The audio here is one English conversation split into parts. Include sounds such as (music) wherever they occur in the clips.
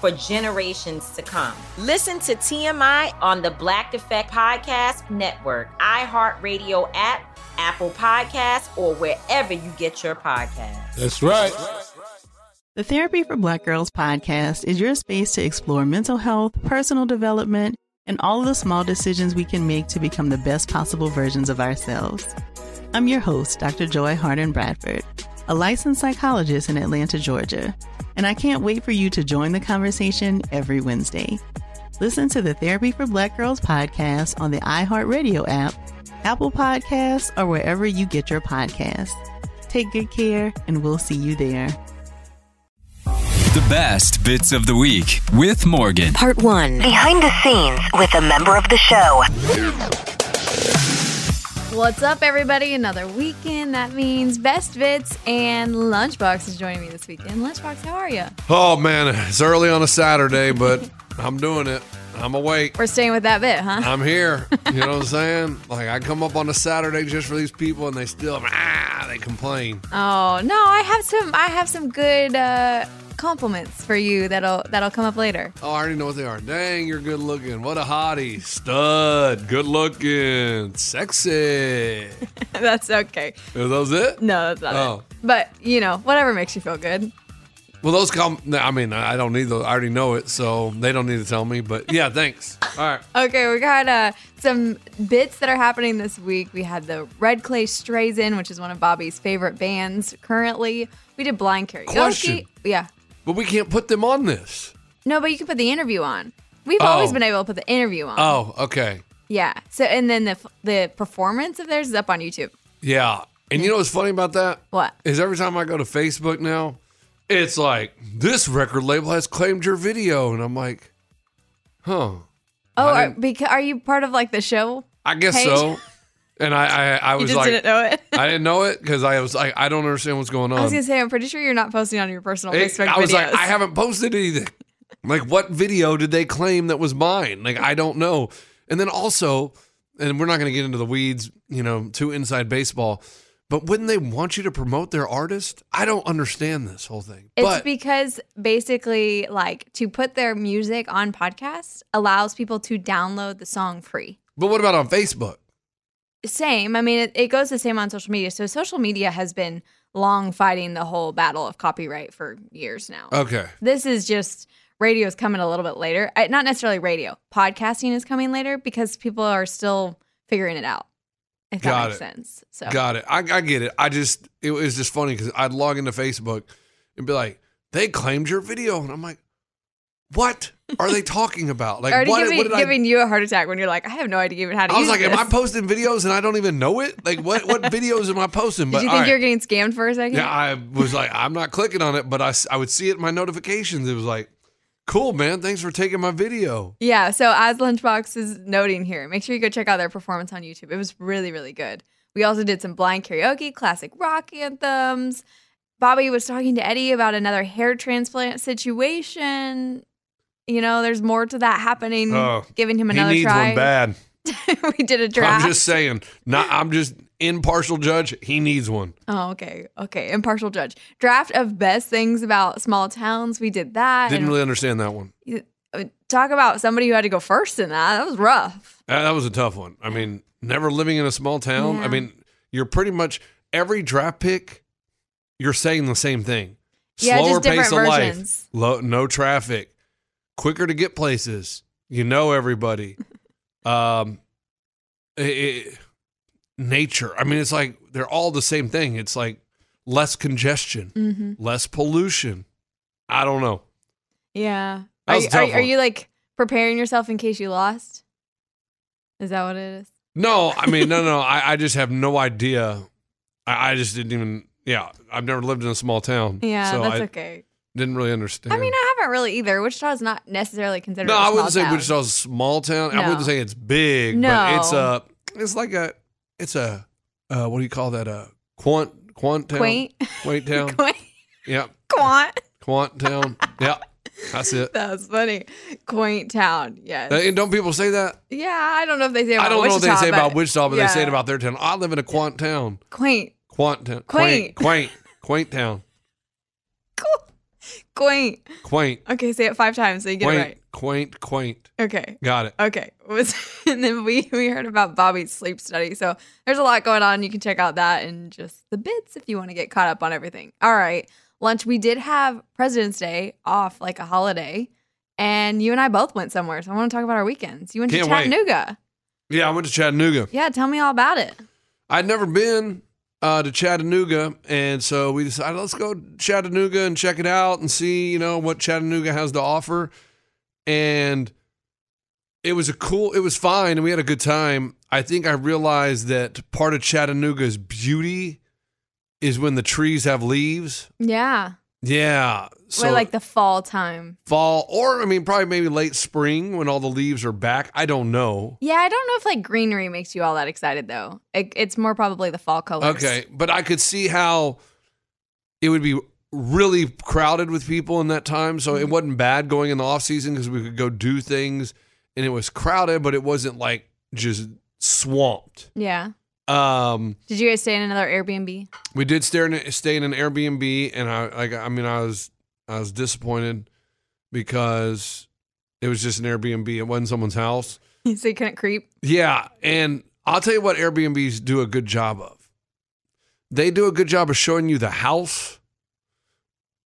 for generations to come. Listen to TMI on the Black Effect Podcast Network, iHeartRadio app, Apple Podcasts, or wherever you get your podcasts. That's right. The Therapy for Black Girls podcast is your space to explore mental health, personal development, and all of the small decisions we can make to become the best possible versions of ourselves. I'm your host, Dr. Joy Harden Bradford, a licensed psychologist in Atlanta, Georgia and I can't wait for you to join the conversation every Wednesday. Listen to the Therapy for Black Girls podcast on the iHeartRadio app, Apple Podcasts, or wherever you get your podcasts. Take good care, and we'll see you there. The best bits of the week with Morgan. Part one Behind the scenes with a member of the show. What's up, everybody? Another weekend. That means Best Bits and Lunchbox is joining me this weekend. Lunchbox, how are you? Oh man, it's early on a Saturday, but (laughs) I'm doing it. I'm awake. We're staying with that bit, huh? I'm (laughs) here. You know what I'm saying? Like I come up on a Saturday just for these people, and they still ah, they complain. Oh no, I have some. I have some good uh, compliments for you that'll that'll come up later. Oh, I already know what they are. Dang, you're good looking. What a hottie, stud, good looking, sexy. (laughs) that's okay. Are those it? No, that's not Oh. it. But you know, whatever makes you feel good. Well, those come. no, I mean, I don't need those. I already know it, so they don't need to tell me. But yeah, thanks. All right. Okay, we got uh, some bits that are happening this week. We had the Red Clay Strays in, which is one of Bobby's favorite bands currently. We did blind karaoke. Question. Yeah. But we can't put them on this. No, but you can put the interview on. We've Oh. always been able to put the interview on. Oh, okay. Yeah. So and then the the performance of theirs is up on YouTube. Yeah. And you know what's funny about that? What? Is every time I go to Facebook now, it's like, this record label has claimed your video. And I'm like, huh. Oh, I are, didn't- beca- are you part of like the show? I guess Page? so. And I, I, I You was just like, didn't know it. I didn't know it because I was like, I don't understand what's going on. I was gonna say, I'm pretty sure you're not posting on your personal It- Facebook I was videos. like, I haven't posted anything. Like, what video did they claim that was mine? Like, I don't know. And then also, and we're not going to get into the weeds, you know, too inside baseball, but wouldn't they want you to promote their artist? I don't understand this whole thing. It's but because basically, like, to put their music on podcasts allows people to download the song free. but what about on Facebook? Same. I mean, it, it goes the same on social media. So social media has been long fighting the whole battle of copyright for years now. Okay. This is just radio is coming a little bit later. Uh, Not necessarily radio. Podcasting is coming later because people are still figuring it out. If that Got makes it. sense. So Got it. I, I get it. I just, it was just funny because I'd log into Facebook and be like, they claimed your video. And I'm like, what are they talking about? Like, already what, giving, what did I giving you a heart attack when you're like, I have no idea even how to. I was use like, am this." I posting videos and I don't even know it? Like, what (laughs) what videos am I posting? Did you all think right. you were getting scammed for a second? yeah, I was like, I'm not clicking on it, but I, s- I would see it in my notifications. It was like, cool, man. Thanks for taking my video. Yeah, so as Lunchbox is noting here, make sure you go check out their performance on YouTube. It was really, really good. We also did some blind karaoke, classic rock anthems. Bobby was talking to Eddie about another hair transplant situation. You know, there's more to that happening. Oh, giving him another try. bad. (laughs) we did a draft. I'm just saying. Not, I'm just impartial judge. He needs one. oh, okay, okay. Impartial judge draft of best things about small towns. We did that. Didn't and- really understand that one. Uh, Talk about somebody who had to go first in that. That was rough. Uh, That was a tough one. I mean, never living in a small town. I Yeah. mean, you're pretty much every draft pick, you're saying the same thing. Yeah, just Slower pace different of life, versions. low, no traffic, quicker to get places. You know (laughs) everybody. Um, it- it- nature. I mean, it's like they're all the same thing. It's like less congestion, Mm-hmm. less pollution. I don't know. Yeah. That Are was you, a are, tough are one. you like preparing yourself in case you lost? Is that what it is? No, I mean, no, no. I, I just have no idea. I, I just didn't even. Yeah, I've never lived in a small town. Mm. Yeah, so that's I okay. didn't really understand. I mean, I haven't really either. Wichita's not necessarily considered. no, I I wouldn't say town. (laughs) Wichita's a small town. I No. wouldn't say it's big, No. but it's a. It's like a. It's a. Uh, what do you call that? A quant quant town. Quaint. (laughs) Quaint town. Quaint. Yeah, Quant. quant town. yeah, that's (laughs) it. That was funny. Quaint town. Yes. And don't people say that? yeah, I don't know if they say. About I don't know what they Wichita, say about but Wichita, but yeah. they say it about their town. I live in a quant town. quaint. Quant town. Quaint. Quaint. Quaint. Quaint town. Quaint. Quaint. Okay, say it five times so you get quaint, it right. quaint, quaint. Okay. Got it. Okay. (laughs) Was and then we we heard about Bobby's sleep study. So there's a lot going on. You can check out that and just the bits if you want to get caught up on everything. All right. Lunch. We did have President's Day off like a holiday. And you and I both went somewhere. So I want to talk about our weekends. You went to Can't wait. Chattanooga. Yeah, I went to Chattanooga. Yeah, tell me all about it. I'd never been uh, to Chattanooga, and so we decided let's go to Chattanooga and check it out and see, you know, what Chattanooga has to offer. And it was a cool, it was fine, and we had a good time. I think I realized that part of Chattanooga's beauty is when the trees have leaves. Yeah. Yeah, so Well, like the fall time. fall, or I mean, probably maybe late spring when all the leaves are back. I don't know. Yeah, I don't know if like greenery makes you all that excited though. It, it's more probably the fall colors. Okay, but I could see how it would be really crowded with people in that time. So it wasn't bad going in the off season because we could go do things, and it was crowded, but it wasn't like just swamped. Yeah. Um, Did you guys stay in another Airbnb? (laughs) we did stay in, stay in an Airbnb, and I like I mean I was I was disappointed because it was just an Airbnb. It wasn't someone's house. so you couldn't creep? Yeah, and I'll tell you what Airbnbs do a good job of. They do a good job of showing you the house,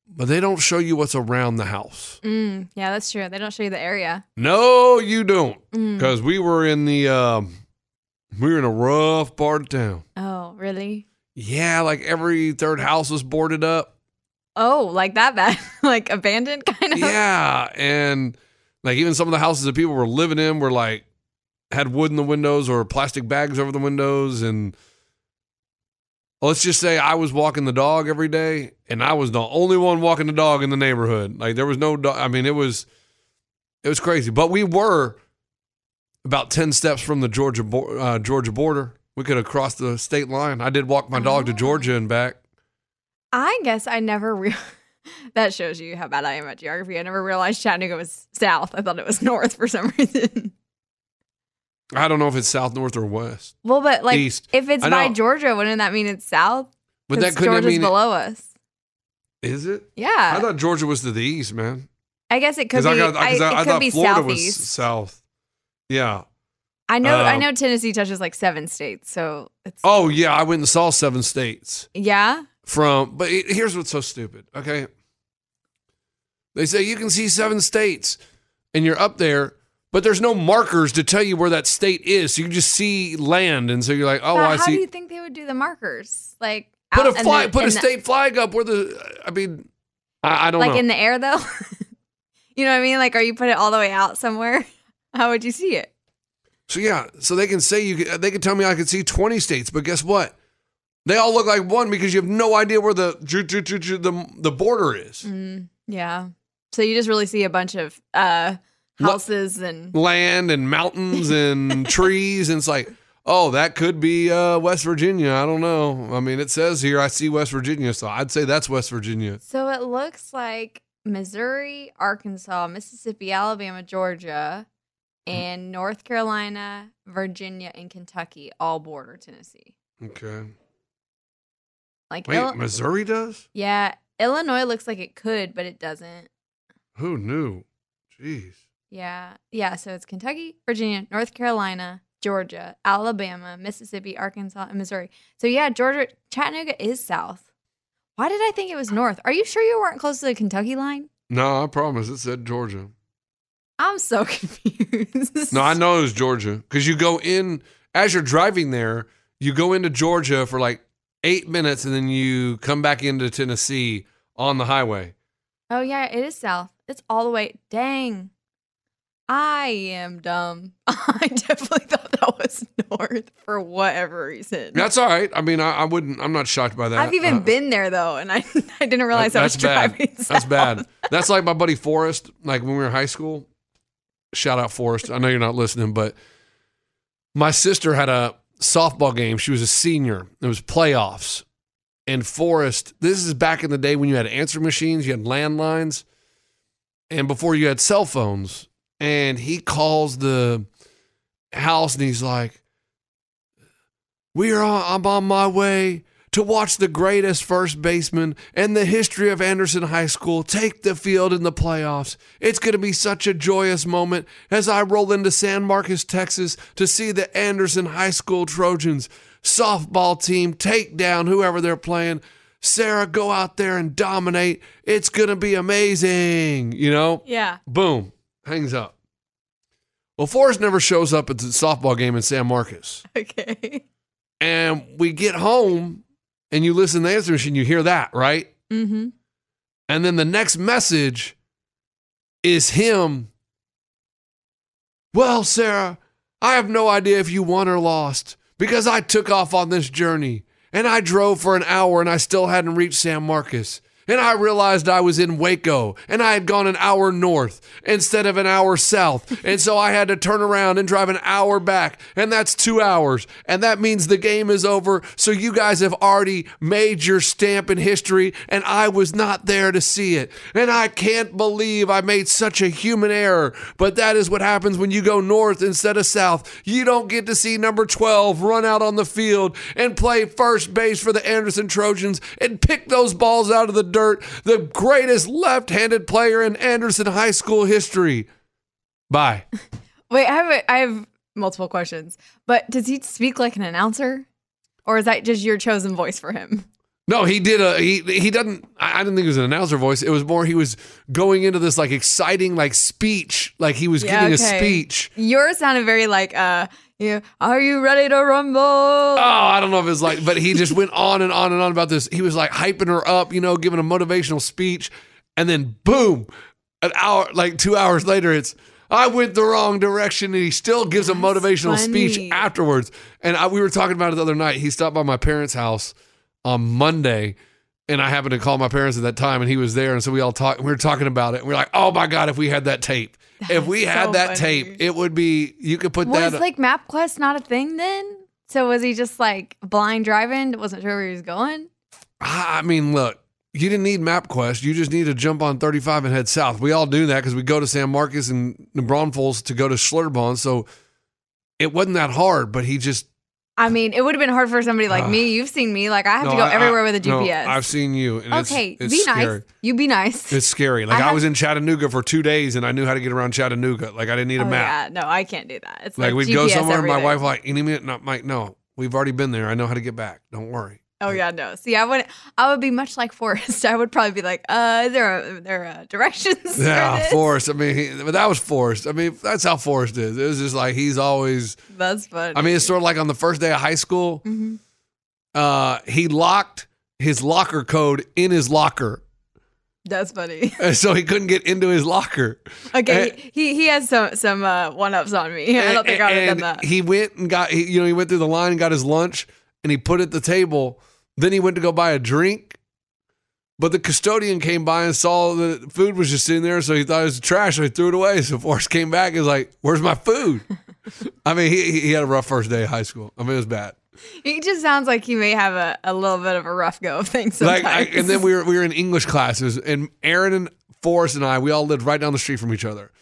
but they don't show you what's around the house. Mm, yeah, that's true. They don't show you the area. No, you don't, Mm. because we were in the um, we were in a rough part of town. Oh, really? Yeah, like every third house was boarded up. Oh, like that bad? (laughs) like abandoned (laughs) kind of? Yeah, and like even some of the houses that people were living in were like had wood in the windows or plastic bags over the windows and let's just say I was walking the dog every day and I was the only one walking the dog in the neighborhood. Like there was no dog, I mean it was it was crazy, but we were about 10 steps from the Georgia bor- uh, Georgia border. We could have crossed the state line. I did walk my dog to Oh. Georgia and back. I guess I never real. (laughs) that shows you how bad I am at geography. I never realized Chattanooga was south. I thought it was (laughs) north for some reason. I don't know if it's south, north, or west. well, but like East. if it's I by know. Georgia, wouldn't that mean it's south? But that 'Cause couldn't have Georgia's mean below us. Is it? Yeah. I thought Georgia was to the east, man. I guess it could be. I, got- I, 'cause I- it I could thought be Florida southeast. was south. Yeah. I know. I um, know Tennessee touches like seven states, so it's. Oh yeah, I went and saw seven states Yeah. from. But it, here's what's so stupid. Okay. They say you can see seven states, and you're up there, but there's no markers to tell you where that state is. So you can just see land, and so you're like, oh, But I how see. do you think they would do the markers? Like put a out in flag, the- put in a the- state flag up where the. I mean, I, I don't like know. in the air though. (laughs) you know what I mean? Like, are you put it all the way out somewhere? (laughs) How would you see it? So yeah, so they can say you could, they can tell me I could see 20 states, but guess what? They all look like one because you have no idea where the ju- ju- ju- ju- the, the border is. Mm, yeah. So you just really see a bunch of uh, Lo- houses and Land and mountains and trees and it's like, "Oh, that could be uh, West Virginia. I don't know. I mean, it says here I see West Virginia, so I'd say that's West Virginia." so it looks like Missouri, Arkansas, Mississippi, Alabama, Georgia, Hmm. and North Carolina, Virginia, and Kentucky all border Tennessee. Okay. Like, Wait, Ill- Missouri does? yeah, Illinois looks like it could, but it doesn't. Who knew? Jeez. Yeah. Yeah. So it's Kentucky, Virginia, North Carolina, Georgia, Alabama, Mississippi, Arkansas, and Missouri. So yeah, Georgia, Chattanooga is south. Why did I think it was north? Are you sure you weren't close to the Kentucky line? No, I promise it said Georgia. I'm so (laughs) confused. No, I know it was Georgia because you go in as you're driving there. You go into Georgia for like eight minutes, and then you come back into Tennessee on the highway. Oh yeah, it is south. It's all the way. Dang. I am dumb. (laughs) I definitely thought that was north for whatever reason. That's all right. I mean, I, I wouldn't. I'm not shocked by that. I've even Uh, been there though, and I, (laughs) I didn't realize I was that's bad. driving. That's south. (laughs) bad. That's like my buddy Forrest. Like when we were in high school. Shout out Forrest. I know you're not listening, but my sister had a softball game. She was a senior. It was playoffs. And Forrest, this is back in the day when you had answer machines, you had landlines, and before you had cell phones. And he calls the house and he's like, we are on, I'm on my way to watch the greatest first baseman in the history of Anderson High School take the field in the playoffs. It's going to be such a joyous moment as I roll into San Marcos, Texas to see the Anderson High School Trojans softball team take down whoever they're playing. Sarah, go out there and dominate. It's going to be amazing. You know? Yeah. Boom. Hangs up. Well, Forrest never shows up at the softball game in San Marcos (laughs) Okay. and we get home and you listen to the answer machine, you hear that, right? Mm-hmm. And then the next message is him. Well, Sarah, I have no idea if you won or lost because I took off on this journey and I drove for an hour and I still hadn't reached San Marcos. And I realized I was in Waco and I had gone an hour north instead of an hour south. And so I had to turn around and drive an hour back. And that's two hours. And that means the game is over. So you guys have already made your stamp in history. And I was not there to see it. And I can't believe I made such a human error. But that is what happens when you go north instead of south. You don't get to see number 12 run out on the field and play first base for the Anderson Trojans and pick those balls out of the dirt. The greatest left handed player in Anderson High School history. Bye. Wait, I have a, I have multiple questions. But does he speak like an announcer, or is that just your chosen voice for him? No, he did a he he doesn't I I didn't think it was an announcer voice. It was more he was going into this like exciting like speech, like he was Yeah, giving a okay. speech. Yours sounded very like uh, you know, are you ready to rumble? Oh, I don't know if it's like but he just went on and on and on about this. He was like hyping her up, you know, giving a motivational speech, and then boom, an hour like 2 hours later it's I went the wrong direction and he still gives a motivational funny. speech afterwards. And I, we were talking about it the other night. He stopped by my parents' house on Monday and I happened to call my parents at that time, and he was there, and so we all talked. We were talking about it. And we are like, "Oh my god, if we had that tape, if we is so had that funny. tape, it would be you could put Was that." like MapQuest not a thing then? So was he just like blind driving? Wasn't sure where he was going. I mean, look, you didn't need MapQuest. You just need to jump on 35 and head south. We all do that because we go to San Marcos and New Braunfels to go to Schlitterbahn, so it wasn't that hard. But he just I mean, it would have been hard for somebody like Ugh. me. You've seen me. Like I have to Ah. No, go I- I- everywhere with a no, GPS. I've seen you. And it's- okay, it's be scary. nice. You be nice. It's scary. Like I I, have- was in Chattanooga for two days, and I knew how to get around Chattanooga. Like I didn't need a oh, map. yeah, no, I can't do that. It's Like, like, we'd GPS go somewhere, and my everything. wife like any minute, not Mike. No, we've already been there. I know how to get back. Don't (laughs) worry. Oh yeah, no. See, I would I would be much like Forrest. (laughs) I would probably be like, uh, is there a, are there uh, directions? for Yeah, this? Forrest. I mean, he, but that was Forrest. I mean, that's how Forrest is. It was just like he's always. That's funny. I mean, it's sort of like on the first day of high school, Mm-hmm. uh, he locked his locker code in his locker, (laughs) that's funny. (laughs) and so he couldn't get into his locker. Okay, And- (laughs) he he has some some uh, one ups on me. (laughs) I don't think I would have Eh, and done that. He went and got, he, you know, he went through the line and got his lunch and he put it at the table. Then he went to go buy a drink. But the custodian came by and saw the food was just sitting there. So he thought it was trash. So he threw it away. So (laughs) Forrest came back and was like, Where's my (laughs) food? I mean, he, he- he had a rough first day of high school. I mean, it was bad. He just sounds like he may have a, a little bit of a rough go of (laughs) things sometimes. Like, I, and then we were we were in English classes, and Aaron and Forrest and I, we all lived right down the street from each other.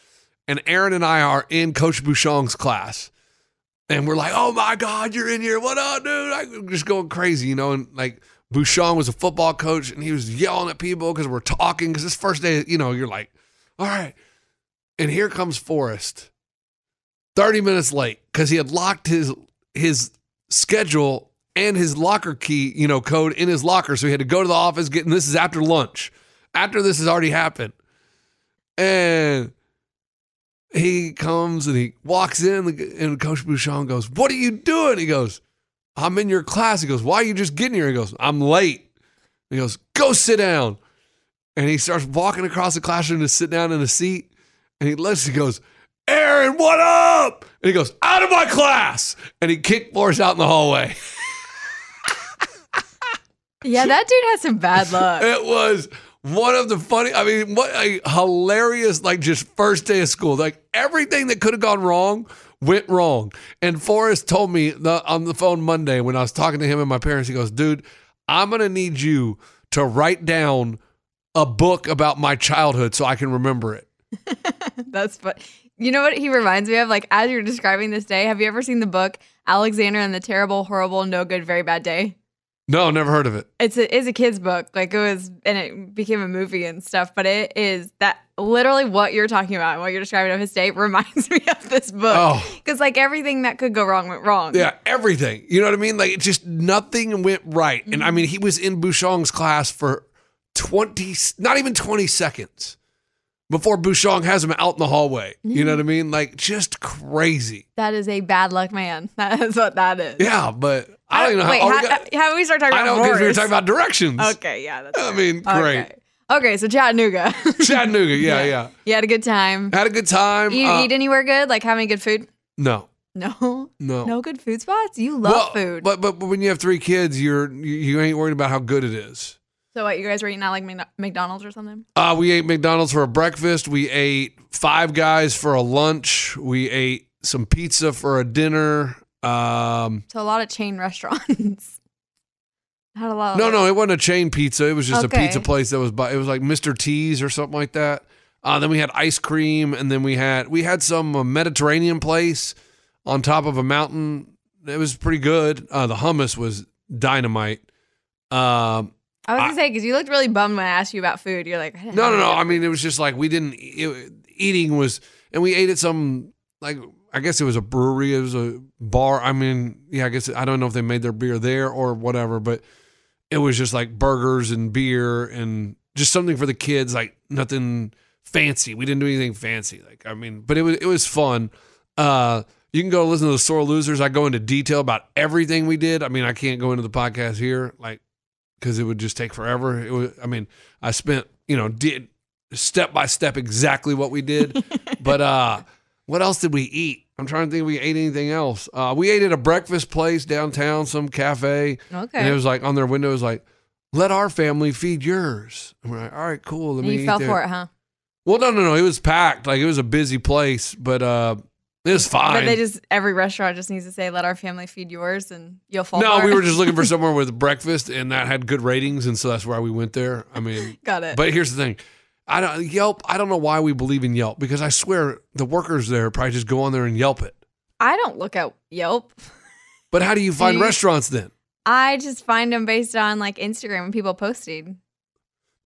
And Aaron and I are in Coach Bouchon's class, and we're like, "Oh my God, you're in here! What up, dude?" I'm just going crazy, you know. And like Bouchon was a football coach, and he was yelling at people because we're talking. Because this first day, you know, you're like, "All right," and here comes Forrest, thirty minutes late because he had locked his his schedule and his locker key, you know, code in his locker. So he had to go to the office, get, and this is after lunch. After this has already happened. And he comes and he walks in, and Coach Bouchon goes, What are you doing? He goes, I'm in your class. He goes, Why are you just getting here? He goes, I'm late. He goes, Go sit down. And he starts walking across the classroom to sit down in a seat. And he looks, he goes, Aaron, what up? And he goes, Out of my class. And he kicked Flores out in the hallway. Yeah, that dude has (laughs) some bad luck. It was one of the funny. I mean, what a hilarious like just first day of school. Like everything that could have gone wrong went wrong. And Forrest told me the, on the phone Monday when I was talking to him and my parents. He goes, "Dude, I'm gonna need you to write down a book about my childhood so I can remember it." Eh. (laughs) That's fun. You know what he reminds me of? Like as you're describing this day, have you ever seen the book Alexander and the Terrible, Horrible, No Good, Very Bad Day? No, never heard of it. it's a, it's a kid's book like it was and it became a movie and stuff but it is that literally what you're talking about and what you're describing of his day (laughs) reminds me of this book Oh. because like everything that could go wrong went wrong Yeah, everything. You know what I mean? Like, it just nothing went right. And Mm-hmm. I mean, he was in Bouchon's class for 20, not even 20 seconds before Bouchon has him out in the hallway. You know what I Mm-hmm. mean? Like, just crazy. that is a bad luck man (laughs) that is what that is Yeah, but I don't even know how. wait oh, we how, got- how do we start talking I about don't because we were Boris? talking (laughs) about directions. okay yeah that's I fair. mean, great. okay. okay so Chattanooga (laughs) (laughs) Chattanooga, yeah, yeah, you had a good time Had a good time. you Uh, eat anywhere good like have any good food No, no no. no good food spots you love Well, food But, but but when you have three kids, you're you, you ain't worried about how good it is. so what you guys were eating at like Mc- McDonald's or something Uh, we ate McDonald's for a breakfast. We ate Five Guys for a lunch. We ate some pizza for a dinner. Um, So a lot of chain (laughs) restaurants. Not a lot. no, no, it wasn't a chain pizza. It was just a Oh. Okay. pizza place that was by. It was like Mr. T's or something like that. Uh, then we had ice cream, and then we had we had some uh, Mediterranean place on top of a mountain. It was pretty good. Uh, the hummus was dynamite. Um, I was gonna say because you looked really bummed when I asked you about food. You're like, I didn't No, have no, any (laughs) no. good I mean, it was just like we didn't e, it, eating was, and we ate at some like I guess it was a brewery, it was a bar. I mean, yeah, I guess I don't know if they made their beer there or whatever, but it was just like burgers and beer and just something for the kids, like nothing fancy. We didn't do anything fancy, like I mean, but it was it was fun. Uh, you can go listen to the sore losers. I go into detail about everything we did. I mean, I can't go into the podcast here, like because it would just take forever. It was, I mean, I spent, you know, did step by step exactly what we (laughs) did. but uh what else did we eat? I'm trying to think if we ate anything else. Uh we ate at a breakfast place downtown, some cafe. food. Okay. And it was like on their window it was like, let our family feed yours. And we're like, all right, cool. Let And me you eat fell there. for it, huh? Well, no, no, no. It was packed. Like it was a busy place, but uh it was fine. But they just every restaurant just needs to say, "Let our family feed yours," and you'll fall. no, for we it. were just looking for (laughs) somewhere with breakfast and that had good ratings and so that's why we went there. I mean got it. But here's the thing. I don't Yelp. I don't know why we believe in Yelp because I swear the workers there probably just go on there and Yelp it. I don't look at Yelp. But how do you find you- restaurants then? I just find them based on like Instagram and people posting.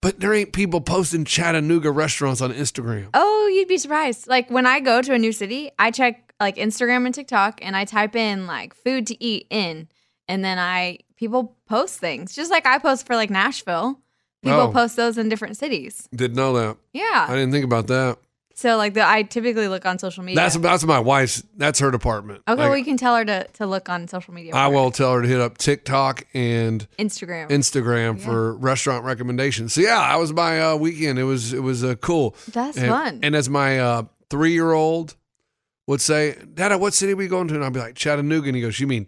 But there ain't people posting Chattanooga restaurants on Instagram. Oh, you'd be surprised. Like when I go to a new city, I check like Instagram and TikTok and I type in like food to eat in and then I people post things. Just like I post for like Nashville. People Oh. post those in different cities. Didn't know that. I Yeah. didn't think about that. So like the, I typically look on social media. That's that's my wife's. That's her department. okay, Like, well you can tell her to, to look on social media. I for will tell her to hit up TikTok and Instagram. Instagram for restaurant recommendations. So yeah, I was my uh, weekend. It was it was uh, cool. That's and, fun. And as my uh, three year old would say, Dada, what city we going to? And I'd be like, Chattanooga. And he goes, You mean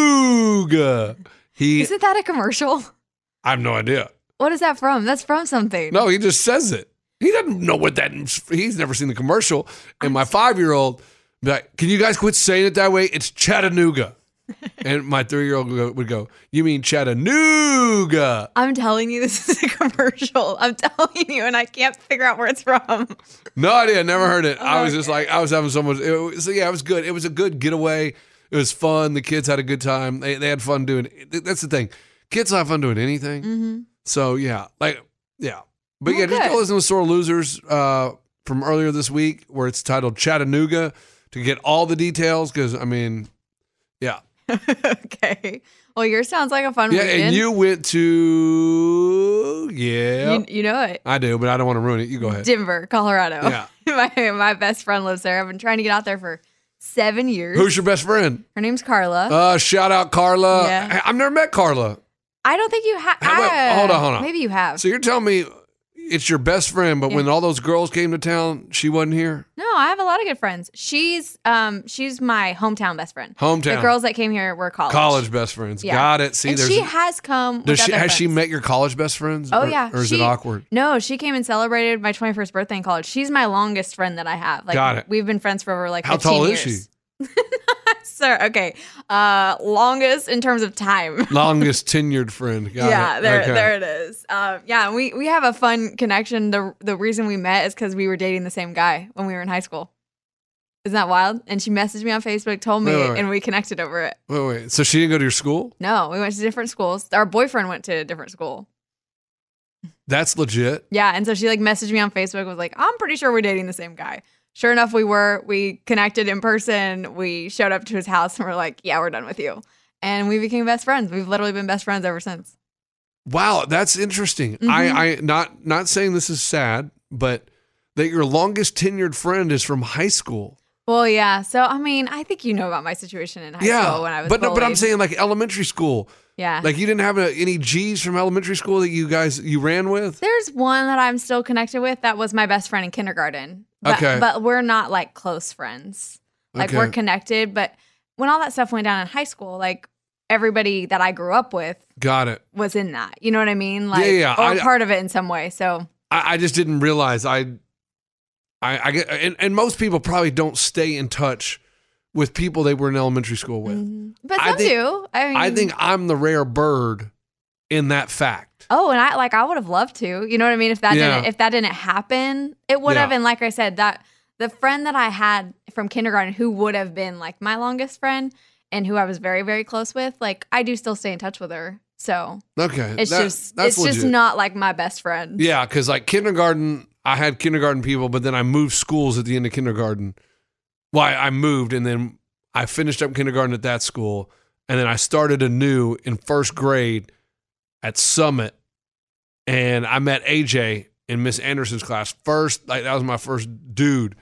Chattanooga? He, Isn't that a commercial? (laughs) I have no idea. What is that from? That's from something. No, he just says it. He doesn't know what that. He's never seen the commercial. And my five year old, like, can you guys quit saying it that way? It's (laughs) Chattanooga. and my three year old would go, You mean Chattanooga? I'm telling you this is a (laughs) commercial. I'm telling you and I can't figure out where it's from. No idea. Never heard it. I was just like, I was having so much. It was, so yeah, it was good. It was a good getaway. It was fun. The kids had a good time. They, they had fun doing. That's the thing. Kids have fun doing anything. Mm. So yeah, like yeah, but yeah, just good. go listen to Sore Losers uh, from earlier this week where it's titled Chattanooga to get all the details because I mean, yeah, (laughs) okay. Well, yours sounds like a fun Yeah, weekend. and you went to yeah, you, you know it. I do, but I don't want to ruin it. You go ahead. Denver, Colorado. Yeah. (laughs) my my best friend lives there. I've been trying to get out there for seven years. Who's your best friend? Her name's Carla. Uh, shout out Carla. Yeah. I- I've never met Carla. I don't think you have. How about- hold on, hold on. Maybe you have. So you're telling me it's your best friend, but when all those girls came to town, she wasn't here. no, I have a lot of good friends. She's um she's my hometown best friend. Hometown. The girls that came here were college. College best friends. Yeah. Got it. See, and there's. she has come. does with she other has she friends. met your college best friends? Oh Or- yeah. Or is it She- awkward? No, she came and celebrated my 21st birthday in college. She's my longest friend that I have. Like Got it. we've been friends for over like How 15 tall years. (laughs) is she? Sir, okay. Uh longest in terms of (laughs) time. Longest (laughs) tenured friend. Got yeah, it. there Okay. there it is. Um yeah, and we we have a fun connection. The the reason we met is cuz we were dating the same guy when we were in high school. Isn't that wild? And she messaged me on Facebook, told me, Wait, wait, wait. and we connected over it. Wait, wait. So she didn't go to your school? No, we went to different schools. Our boyfriend went to a different school. That's legit. Yeah, and so she like messaged me on Facebook was like, "I'm pretty sure we're dating the same guy." Sure enough, we were. We connected in person. We showed up to his house and we're like, "Yeah, we're done with you." And we became best friends. We've literally been best friends ever since. Wow, that's interesting. Mm-hmm. I, I not not saying this is sad, but that your longest tenured friend is from high school. Well, yeah. So I mean, I think you know about my situation in high yeah, school when I was. but no, but I'm bullied. saying like elementary school. yeah. Like you didn't have a, any G's from elementary school that you guys you ran with. There's one that I'm still connected with that was my best friend in kindergarten. But, Okay. But we're not like close friends. Like Okay. we're connected, but when all that stuff went down in high school, like everybody that I grew up with Got it. was in that. You know what I mean? Like yeah, or I- part of it in some way. So I, I just didn't realize I, I, I get, and, and most people probably don't stay in touch with people they were in elementary school with. Mm-hmm. but I some think- do. I mean I think I'm the rare bird in that fact. Oh, and I like I would have loved to. You know what I mean? If that Yeah. didn't if that didn't happen, it would Yeah. have and like I said, that the friend that I had from kindergarten who would have been like my longest friend and who I was very, very close with, like I do still stay in touch with her. So Okay, it's Uh, that- just that's it's just legit. not like my best friend. Yeah, because like kindergarten, I had kindergarten people, but then I moved schools at the end of kindergarten. Well, I, I moved and then I finished up kindergarten at that school. And then I started anew in first grade at Summit. And I met AJ in Miss Anderson's class first. Like, that was my first dude.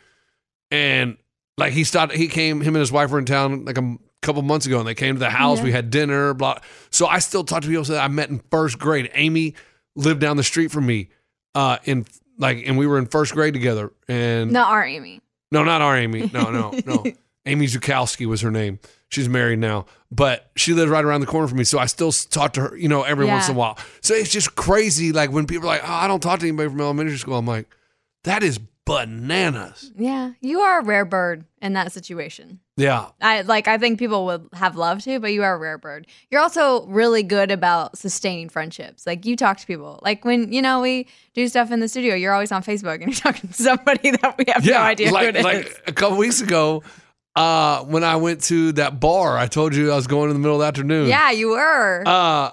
And like, he started, he came, him and his wife were in town like a m- couple months ago and they came to the house. We had dinner, blah. So I still talk to people that I met in first grade. Amy lived down the street from me uh, in like, and we were in first grade together. And Not our Amy. no, not our Amy. No, no, no. Amy Zukowski was her name. She's married now, but she lives right around the corner from me. So I still s- talk to her, you know, every once in a Yeah. while. So it's just crazy. Like when people are like, oh, I don't talk to anybody from elementary school, I'm like, that is bananas. Yeah. You are a rare bird in that situation. Yeah. I like I think people would have loved to, but you are a rare bird. You're also really good about sustaining friendships. Like you talk to people. Like when, you know, we do stuff in the studio, you're always on Facebook and (laughs) you're talking to somebody that we have Yeah. no idea like, who it is. like a couple weeks ago, uh, when I went to that bar, I told you I was going in the middle of the afternoon. yeah, you were. Uh,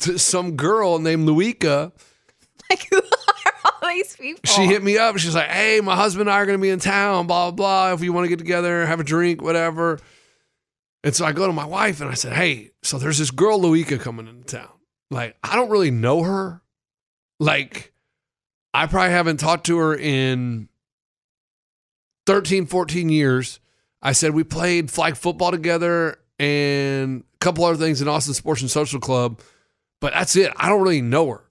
to some girl named Luica, (laughs) like who are all these people? she hit me up. She's like, "Hey, my husband and I are going to be in town. Blah blah blah. If you want to get together, have a drink, whatever." And so I go to my wife and I said, "Hey, so there's this girl Luica coming into town. Like, I don't really know her. Like, I probably haven't talked to her in 13, 14 years." I said we played flag football together and a couple other things in Austin Sports and Social Club, but that's it. I don't really know her.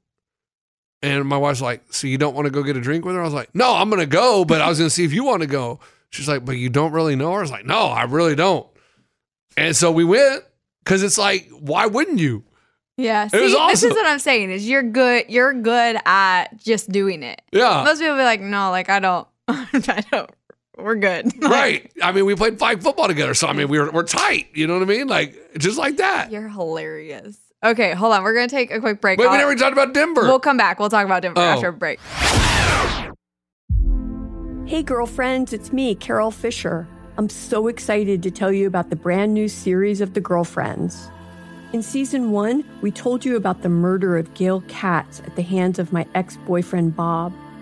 And my wife's like, So you don't want to go get a drink with her? I was like, No, I'm going to go, but I was going to see if you want to go. She's like, But you don't really know her? I was like, No, I really don't. And so we went because it's like, Why wouldn't you? Yeah. See, was this awesome. is what I'm saying is you're good you're good at just doing it. Yeah. Most people be like, no, like I don't (laughs) I don't we're good. Like, Right. I mean, we played flag football together. So, I mean, we were, we're tight. You know what I mean? Like, just like that. You're hilarious. Okay, hold on. We're gonna take a quick break. Wait, we I'll- never talked about Denver. We'll come back. We'll talk about Denver Oh. after a break. Hey, girlfriends, it's me, Carol Fisher. I'm so excited to tell you about the brand new series of The Girlfriends. In season one, we told you about the murder of Gail Katz at the hands of my ex boyfriend, Bob.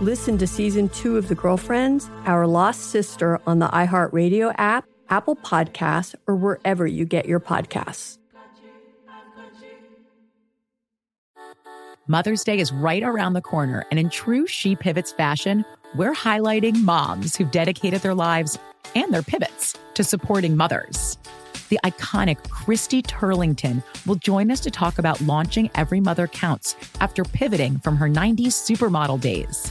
Listen to season two of The Girlfriends, Our Lost Sister on the iHeartRadio app, Apple Podcasts, or wherever you get your podcasts. Mother's Day is right around the corner, and in true She Pivots fashion, we're highlighting moms who've dedicated their lives and their pivots to supporting mothers. The iconic Christy Turlington will join us to talk about launching Every Mother Counts after pivoting from her 90s supermodel days.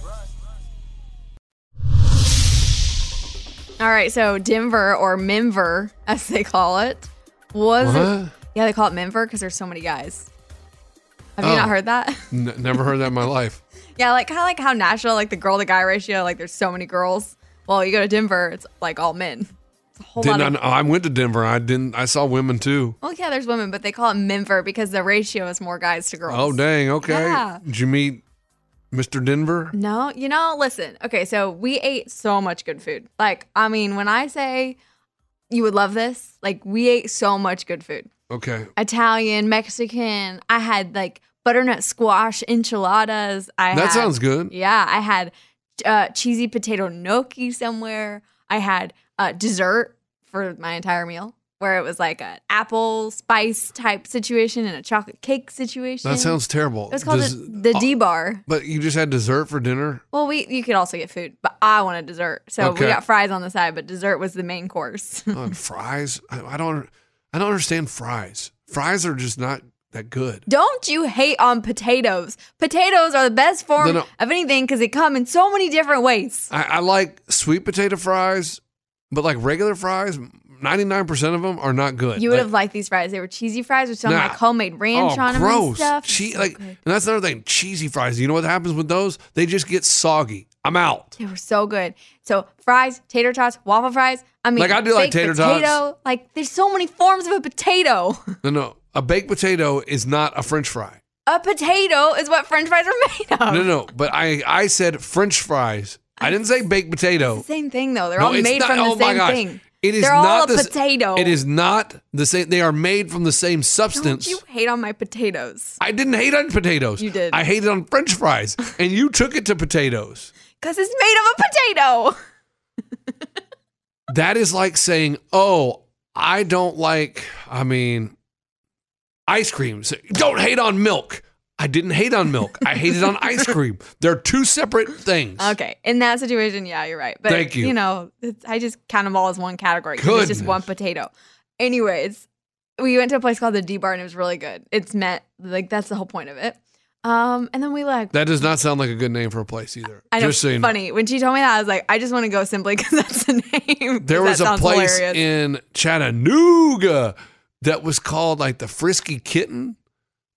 All right, so Denver or Minver, as they call it, was What? yeah they call it Minver because there's so many guys. Have you Oh. not heard that? (laughs) N- never heard that in my life. yeah, like kind of like how Nashville, like the girl to guy ratio, like there's so many girls. Well, you go to Denver, it's like all men. It's a whole Didn't lot I, of. I went to Denver. I didn't. I saw women too. Well, yeah, there's women, but they call it Minver because the ratio is more guys to girls. Oh dang. Okay. Yeah. Did you meet Mr. Denver? No, you know, listen. Okay, so we ate so much good food. Like, I mean, when I say you would love this, like we ate so much good food. Okay. Italian, Mexican. I had like butternut squash enchiladas. I That had- sounds good. Yeah, I had uh, cheesy potato gnocchi somewhere. I had uh, dessert for my entire meal, where it was like an apple spice type situation and a chocolate cake situation. That sounds terrible. It was called Does- the, the D bar. But you just had dessert for dinner. Well, we you could also get food, but I wanted dessert, so Okay. we got fries on the side. But dessert was the main course. (laughs) Oh, and fries. I, I don't. I don't understand fries. Fries are just not that good. Don't you hate on potatoes? Potatoes are the best form No, no. of anything because they come in so many different ways. I, I like sweet potato fries, but like regular fries, ninety nine percent of them are not good. You would Like- have liked these fries. They were cheesy fries with some Nah. like homemade ranch oh, on them gross. and stuff. Che- like, and that's another thing. Cheesy fries. You know what happens with those? They just get soggy. I'm (laughs) out. They were so good. So fries, tater tots, waffle fries. I mean, Like, I do like baked tater tots. potato. Like there's so many forms of a potato. (laughs) No, no. A baked potato is not a French fry. A potato is what French fries are made of. No, no. But I, I said French fries. I didn't say baked potato. Same thing though. They're No, all it's made not- from the oh my same gosh. thing. It is They're not all a the s- potato. It is not the same. They are made from the same Don't substance. you hate on my potatoes? I didn't hate on potatoes. You did. I hated on French (laughs) fries, and you took it to potatoes. Because it's made of a potato. That is like saying, "Oh, I don't like." I mean, ice cream. So, Don't hate on milk. I didn't hate on milk. I hated (laughs) on ice cream. They're two separate things. Okay, in that situation, yeah, you're right. But Thank you. You know, it's, I just count them all as one category. 'cause It's just Goodness. one potato. Anyways, we went to a place called the D Bar, and it was really good. It's meant like that's the whole point of it. Um, and then we like That does not sound like a good name for a place either. I know. Just saying. funny. When she told me that, I was like, I just want to go simply because that's the (laughs) name. There 'Cause was that a sounds place hilarious. in Chattanooga that was called like the Frisky Kitten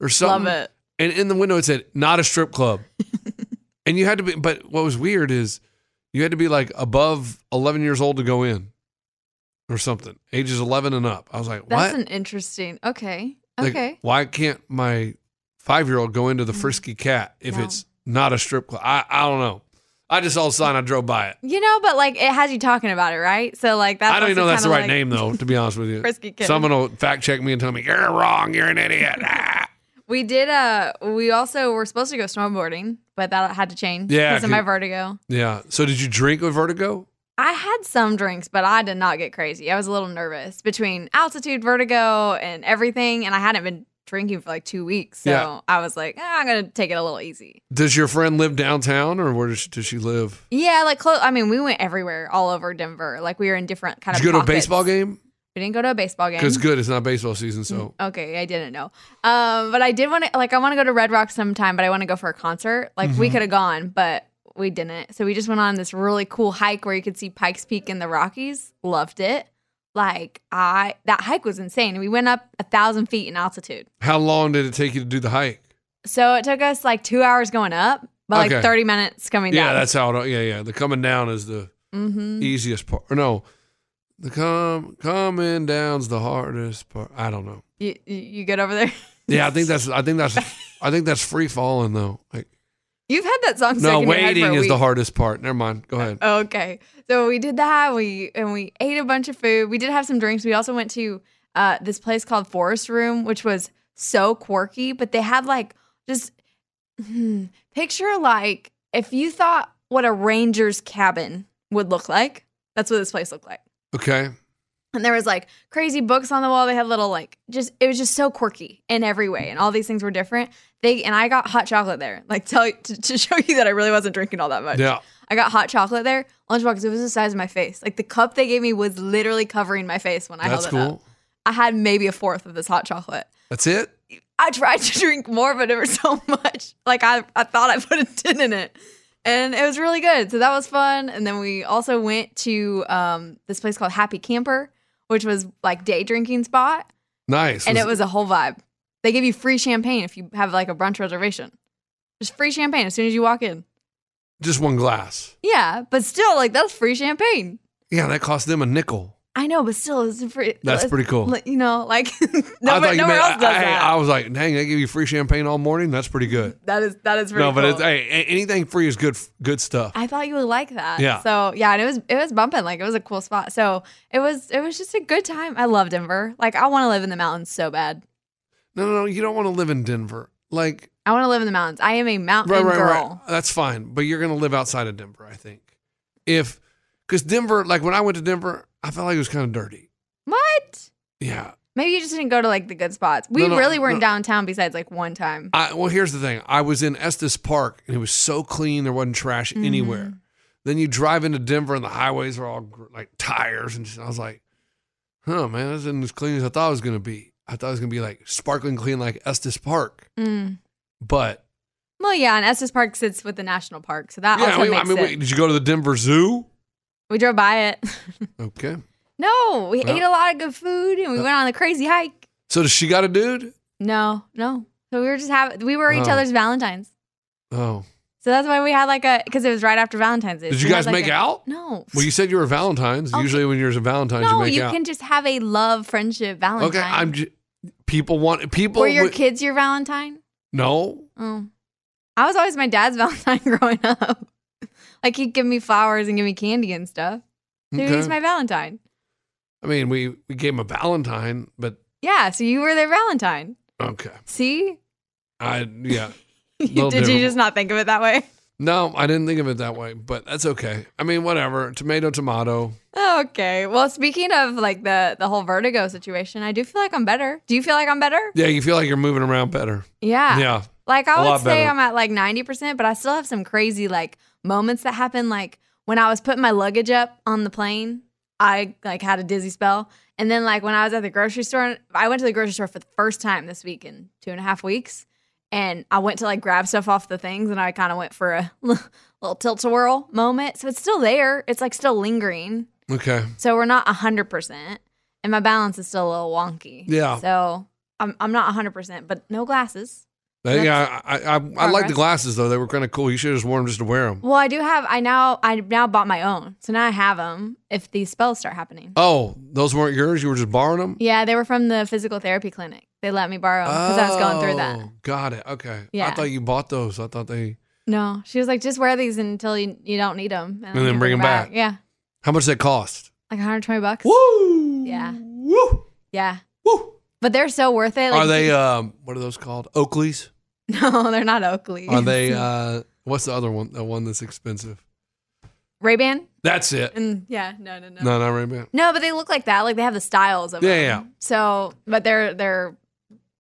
or something. Love it. And in the window it said not a strip (laughs) club. and you had to be but what was weird is you had to be like above 11 years old to go in or something. Ages 11 and up. I was like, That's "What?" an interesting. Okay. Like, Okay. Mm. why can't my 5-year-old go into the Frisky Cat if it's not a strip club? I I don't know. I just saw a sign I drove by it. you know, but like it has you talking about it, right? So like that's I don't even know also that's the kinda right like- name though, to be honest with you. (laughs) Frisky Kitten. Someone will fact check me and tell me you're wrong. You're an (laughs) idiot. We did. Uh, we also were supposed to go snowboarding, but that had to change. Yeah, because of my 'cause- vertigo. yeah. So did you drink with vertigo? I had some drinks, but I did not get crazy. I was a little nervous between altitude, vertigo, and everything, and I hadn't been drinking for like two weeks, so Yeah. I was like, "Ah, I'm gonna take it a little easy. Does your friend live downtown or where does she, does she live? Yeah, like close. I mean, we went everywhere, all over Denver. Like we were in different kind Did of. you go to a pockets. baseball game? We didn't go to a baseball game Mm-hmm. Because good, it's not baseball season. So Okay, I didn't know. Um, but I did want to like I want to go to Red Rock sometime, but I want to go for a concert. Like we Mhm. could have gone, but we didn't. So we just went on this really cool hike where you could see Pikes Peak in the Rockies. Loved it. Like I that hike was insane. We went up a thousand feet in altitude. how long did it take you to do the hike? So it took us like two hours going up, but like Okay. thirty minutes coming yeah, down. that's how. It, yeah, yeah. The coming down is the Mhm. easiest part. Or no, the com coming down's the hardest part. I don't know. you, you you good over there? Yeah, I (laughs) think that's. I think that's. I think that's free falling though. Like You've had that song. no, stuck in your head for a waiting is the week. hardest part. Never mind. Go ahead. Okay. So we did that. We and we ate a bunch of food. We did have some drinks. We also went to uh, this place called Forest Room, which was so quirky, but they had like just hmm, picture like if you thought what a ranger's cabin would look like, that's what this place looked like. Okay. And there was like crazy books on the wall. They had little like just it was just so quirky in every way, and all these things were different. They and I got hot chocolate there, like tell to, to show you that I really wasn't drinking all that much. Yeah. I got hot chocolate there. Lunchbox, it was the size of my face. Like the cup they gave me was literally covering my face when I That's held it up. cool. I had maybe a fourth of this hot chocolate. That's it. I tried to (laughs) drink more, but it was so much. Like I, I thought I put a tin in it. And it was really good. So that was fun. And then we also went to um, this place called Happy Camper, which was like day drinking spot. Nice. and it was a whole vibe. They give you free champagne if you have like a brunch reservation. Just free champagne as soon as you walk in. just one glass. Yeah, but still, like that's free champagne. Yeah, that cost them a nickel. I know, but still, it's free. That's pretty cool. like, You know, like (laughs) I thought nobody, you nowhere meant- else does I, that. I was like, dang, they give you free champagne all morning. That's pretty good. that is that is really no, but cool. Uh, it's, hey, a- anything free is good. f- Good stuff. I thought you would like that. Yeah. So yeah, and it was it was bumping. Like it was a cool spot. So it was it was just a good time. I love Denver. Like I want to live in the mountains so bad. No, no, no. You don't want to live in Denver. Like I want to live in the mountains. I am a mountain right, right, girl. right. That's fine. But you're gonna live outside of Denver, I think. If because Denver, like when I went to Denver, I felt like it was kind of dirty. What? Yeah. Maybe you just didn't go to like the good spots. We No, no, really weren't no. downtown besides like one time. I, well, here's the thing. I was in Estes Park and it was so clean. There wasn't trash Mm-hmm. anywhere. Then you drive into Denver and the highways are all gr- like tires. And just, I was like, huh, man, this isn't as clean as I thought it was going to be. I thought it was going to be like sparkling clean like Estes Park. Mm. But Well, yeah, and Estes Park sits with the national park, so that yeah, also I mean, I makes mean, sense. wait, did you go to the Denver Zoo? we drove by it. (laughs) Okay. No, we Well- ate a lot of good food and we went on a crazy hike. So does she got a dude? No, no. So we were just having, we were each Oh. other's Valentines. Oh. So that's why we had like a, because it was right after Valentine's Day. Did So you we guys had, like, make a- out? No. Well, you said you were Valentine's. Usually when you're a Valentine's, No, you make you out. can just have a love, friendship, Valentine. okay. I'm just, people want, people. Were your would- kids your Valentine? No. Oh. I was always my dad's (laughs) Valentine growing up. like he'd give me flowers and give me candy and stuff. So Okay. he's my Valentine. I mean, we, we gave him a Valentine, but Yeah, so you were their Valentine. okay. See? (laughs) I yeah. Did Little (laughs) you different. just not think of it that way? No, I didn't think of it that way, but that's okay. I mean, whatever. Tomato, tomato. Okay. Well, speaking of like the the whole vertigo situation, I do feel like I'm better. Do you feel like I'm better? Yeah, you feel like you're moving around better. Yeah. Yeah. Like A I would lot say better. I'm at like 90%, but I still have some crazy like moments that happen like when I was putting my luggage up on the plane, I like had a dizzy spell. And then like when I was at the grocery store, I went to the grocery store for the first time this week in two and a half weeks. and I went to like grab stuff off the things and I kind of went for a (laughs) little tilt a whirl moment. So it's still there. It's like still lingering. Okay. So we're not 100%. And my balance is still a little wonky. Yeah. So I'm, I'm not 100%, but no glasses. yeah, I I, I, I like the glasses though. They were kind of cool. You should have just worn them just to wear them. Well, I do have, I now, I now bought my own. So now I have them if these spells start happening. Oh, those weren't yours. You were just borrowing them. Yeah. They were from the physical therapy clinic. They let me borrow because I was going through that. Oh, Got it. Okay. I Yeah. thought you bought those. I thought they. No, she was like, just wear these until you, you don't need them. And then bring 'em back. Yeah. How much they cost? Like 120 bucks. Woo! Yeah. Woo! Yeah. Woo! But they're so worth it. Like, are (laughs) they? Um, what are those called? Oakleys? No, they're not Oakley. Are they? Uh, what's the other one? The one that's expensive. Ray Ban? That's it. And Mm, yeah, no, no, no. No, not Ray Ban. No, but they look like that. Like they have the styles of Yeah, them. yeah. So, but they're they're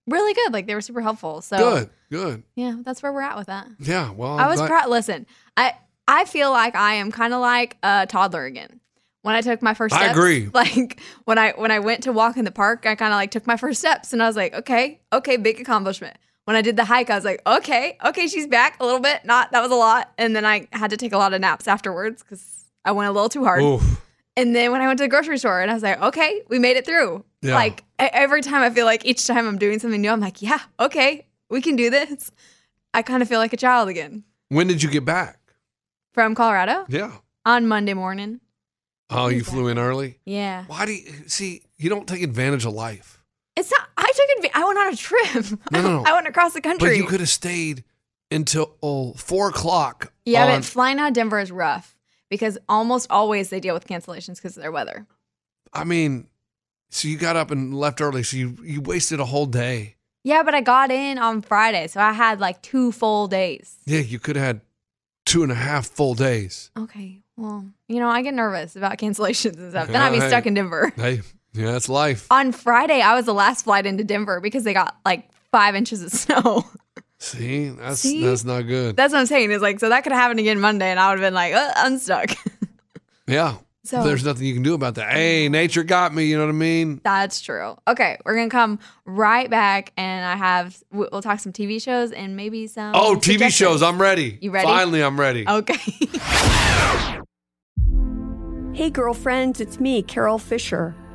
really good. Like they were super helpful. So Good, Oh, good. Yeah, that's where we're at with that. Yeah. Well, I was glad- proud. Listen, I I feel like I am kind of like a toddler again. When I took my first, I steps, agree. (laughs) Like when I when I went to walk in the park, I kind of like took my first steps, and I was like, okay, okay, big accomplishment. When I did the hike, I was like, okay, okay, she's back a little bit. Not that was a lot, and then I had to take a lot of naps afterwards because I went a little too hard. Oof. And then when I went to the grocery store, and I was like, okay, we made it through. Yeah. Like e- every time, I feel like each time I'm doing something new, I'm like, yeah, okay, we can do this. I kind of feel like a child again When did you get back? from Colorado Yeah. on Monday morning. Oh, you flew in early. Yeah. Why do you see? You don't take advantage of life. It's not. I took. Adv- I went on a trip. No, no, no. (laughs) I went across the country. But you could have stayed until oh, four o'clock. yeah, on- but flying out of Denver is rough because almost always they deal with cancellations because of their weather. I mean, so you got up and left early. So you you wasted a whole day. Yeah, but I got in on Friday, so I had like two full days. Yeah, you could have had two and a half full days. Okay. Well, you know, I get nervous about cancellations and stuff. Then I'd be Hey. stuck in Denver. Hey, yeah, that's life. On Friday, I was the last flight into Denver because they got like five inches of (laughs) snow. See, that's See? that's not good. That's what I'm saying. Is like, so that could have happened again Monday, and I would have been like, uh, I'm stuck. (laughs) yeah. So- there's nothing you can do about that. Hey, nature got me. You know what I mean? That's true. Okay, we're gonna come right back, and I have we- we'll talk some TV shows and maybe some. oh, TV suggestions. shows. I'm ready. Um, You ready? Oh. Finally, I'm ready. Okay. (laughs) Hey, girlfriends, it's me, Carol Fisher.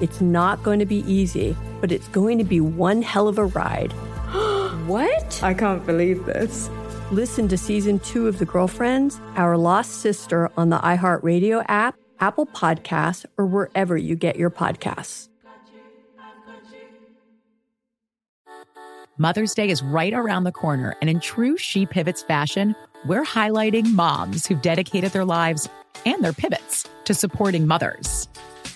It's not going to be easy, but it's going to be one hell of a (gasps) ride. what? I can't believe this. Listen to season two of The Girlfriends, Our Lost Sister on the iHeartRadio app, Apple Podcasts, or wherever you get your podcasts. Mother's Day is right around the corner, and in true She Pivots fashion, we're highlighting moms who've dedicated their lives and their pivots to supporting mothers.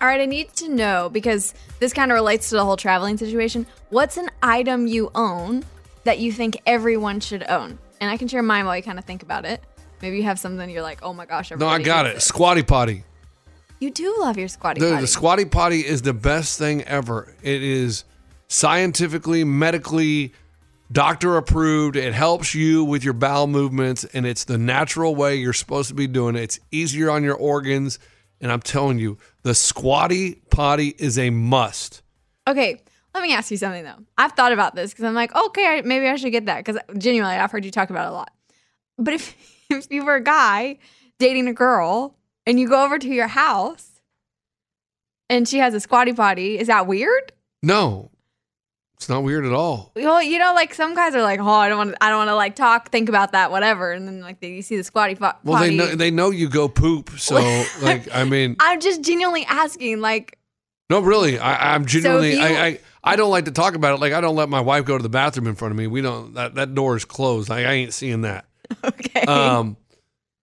All right, I need to know because this kind of relates to the whole traveling situation. What's an item you own that you think everyone should own? And I can share mine while you kind of think about it. Maybe you have something you're like, oh my gosh, No, I everybody got needs it. Squatty potty. You do love your squatty Dude, potty. the squatty potty is the best thing ever. It is scientifically, medically, doctor approved. It helps you with your bowel movements, and it's the natural way you're supposed to be doing it. It's easier on your organs. And I'm telling you, the squatty potty is a must. Okay, let me ask you something though. I've thought about this because I'm like, okay, I, maybe I should get that because genuinely, I've heard you talk about it a lot. But if (laughs) if you were a guy dating a girl and you go over to your house and she has a squatty potty, is that weird? No, it's not weird at all. Well, you know, like some guys are like, oh, I don't want, to I don't want to like talk, think about that, whatever. And then like they, you see the squatty po- potty. Well, they know, (laughs) they know you go poop. So, like, I mean, I'm just genuinely asking, like, (laughs) No, really. I, I'm genuinely. you- I, I I don't like to talk about it. Like I don't let my wife go to the bathroom in front of me. We don't. That that door is closed. Like I ain't seeing (laughs) that. Okay. Um,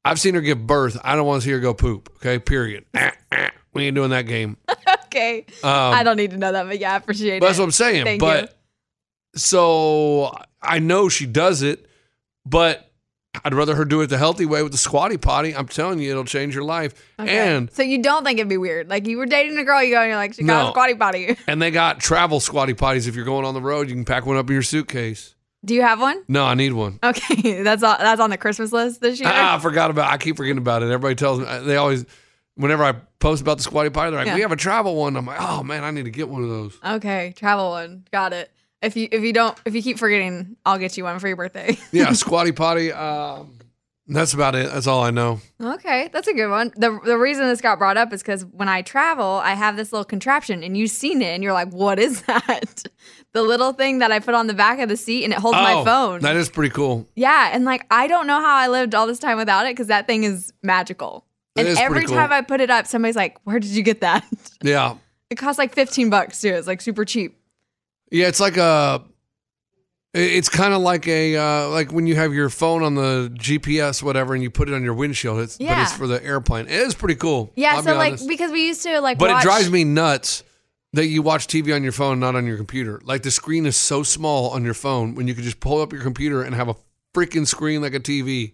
I've seen her give birth. I don't want to see her go poop. Okay. Period. (laughs) Ah, ah. we ain't doing that game. okay, Um, I don't need to know that, but yeah, I appreciate But it. that's what I'm saying. Thank but you. so I know she does it, but I'd rather her do it the healthy way with the squatty potty. I'm telling you, it'll change your life. Okay. And so you don't think it'd be weird? Like you were dating a girl, you go and you're like, she got No. a squatty potty. (laughs) and they got travel squatty potties. If you're going on the road, you can pack one up in your suitcase. Do you have one? No, I need one. Okay, (laughs) that's all, that's on the Christmas list this year. Ah, I forgot about. I keep forgetting about it. Everybody tells me they always, whenever I post about the squatty potty, they're like, Yeah. "We have a travel one." I'm like, "Oh man, I need to get one of those." okay, travel one. Got it. If you if you don't if you keep forgetting, I'll get you one for your birthday. (laughs) Yeah, (laughs) squatty potty. Um, that's about it. That's all I know. Okay, that's a good one. The the reason this got brought up is because when I travel, I have this little contraption, and you've seen it, and you're like, "What is (laughs) that?" the little thing that I put on the back of the seat, and it holds my Oh, phone. That is pretty cool. yeah, and like I don't know how I lived all this time without it because that thing is magical. It and is pretty every cool. time I put it up, somebody's like, "Where did you get that?" (laughs) Yeah, It costs like fifteen bucks too. It's like super cheap. yeah. It's like a. it- It's kind of like a uh, like when you have your phone on the GPS whatever, and you put it on your windshield. It's but Yeah. it's for the airplane. It is pretty cool. Yeah, I'll so be like honest. because we used to like, But watch- it drives me nuts that you watch TV on your phone, not on your computer. Like the screen is so small on your phone when you could just pull up your computer and have a freaking screen like a TV.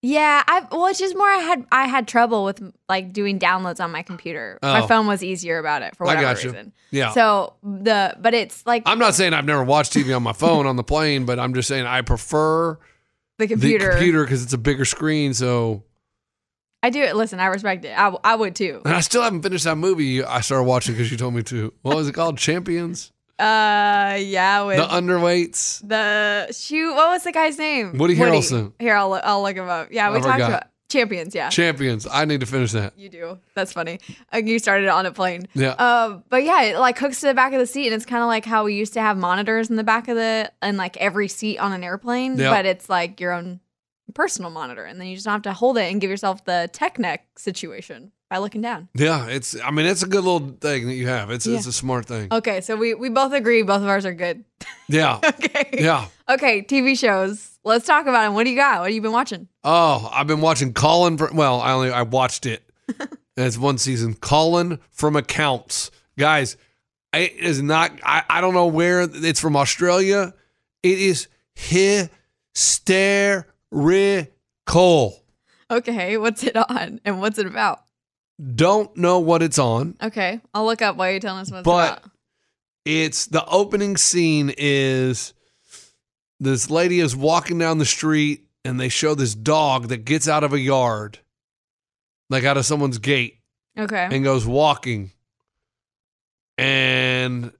Yeah, I well, it's just more I had I had trouble with like doing downloads on my computer. Oh. My phone was easier about it for I whatever gotcha. reason. Yeah. So the but it's like I'm not saying I've never watched TV on my phone on the plane, but I'm just saying I prefer the computer. the computer because it's a bigger screen. So, I do it. Listen, I respect it. I, w- I (laughs) would too. and I still haven't finished that movie I started watching because you told me to. What was it called? Champions? Uh, yeah, with The Underweights? the shoot. What was the guy's name? Woody Harrelson. Here, I'll look, I'll look him up. Yeah, I we talked forgot. about champions. Yeah, Champions. I need to finish that. you do. That's funny. Uh, you started it on a plane. Yeah. Uh, but yeah, it like hooks to the back of the seat, and it's kind of like how we used to have monitors in the back of the and like every seat on an airplane, Yeah. but it's like your own personal monitor, and then you just don't have to hold it and give yourself the tech neck situation by looking down. Yeah, it's. I mean, it's a good little thing that you have. It's it's Yeah. a smart thing. Okay, so we we both agree both of ours are good. (laughs) Yeah. okay. Yeah. Okay, TV shows. Let's talk about them. What do you got? What have you been watching? Oh, I've been watching Colin. From, well, I only I watched it. And it's one season. Colin from Accounts, guys. It is not. I, I don't know where it's from. Australia. It is hysterical. Okay, what's it (laughs) on and what's it about? Don't know what it's on. Okay, I'll look up while you're telling us what it's but about. it's the opening scene is this lady is walking down the street and they show this dog that gets out of a yard like out of someone's gate Okay. and goes walking and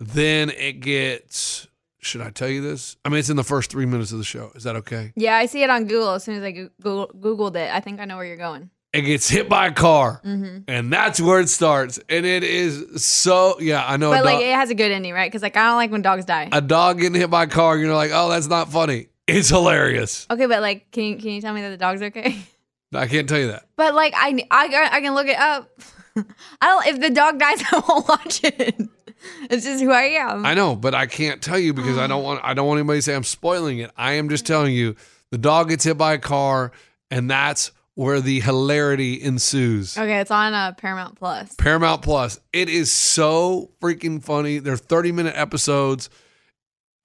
then it gets Should I tell you this? I mean, it's in the first three minutes of the show. Is that okay? Yeah, I see it on Google. As soon as I Goo- Google- Googled it, I think I know where you're going. It gets hit by a car, Mm-hmm. and that's where it starts. And it is so yeah. I know. a but like, dog- it has a good ending, right? Because like, I don't like when dogs die. a dog getting hit by a car, you're like, oh, that's not funny. It's hilarious. okay, but like, can you, can you tell me that the dog's okay? (laughs) I can't tell you that. But like, I I, I can look it up. (laughs) I don't. If the dog dies, (laughs) I won't watch it. It's just who I am. I know, but I can't tell you because I don't want I don't want anybody to say I'm spoiling it. I am just telling you the dog gets hit by a car, and that's where the hilarity ensues. Okay, it's on uh, Paramount Plus. Paramount Plus. It is so freaking funny. They're 30 minute episodes.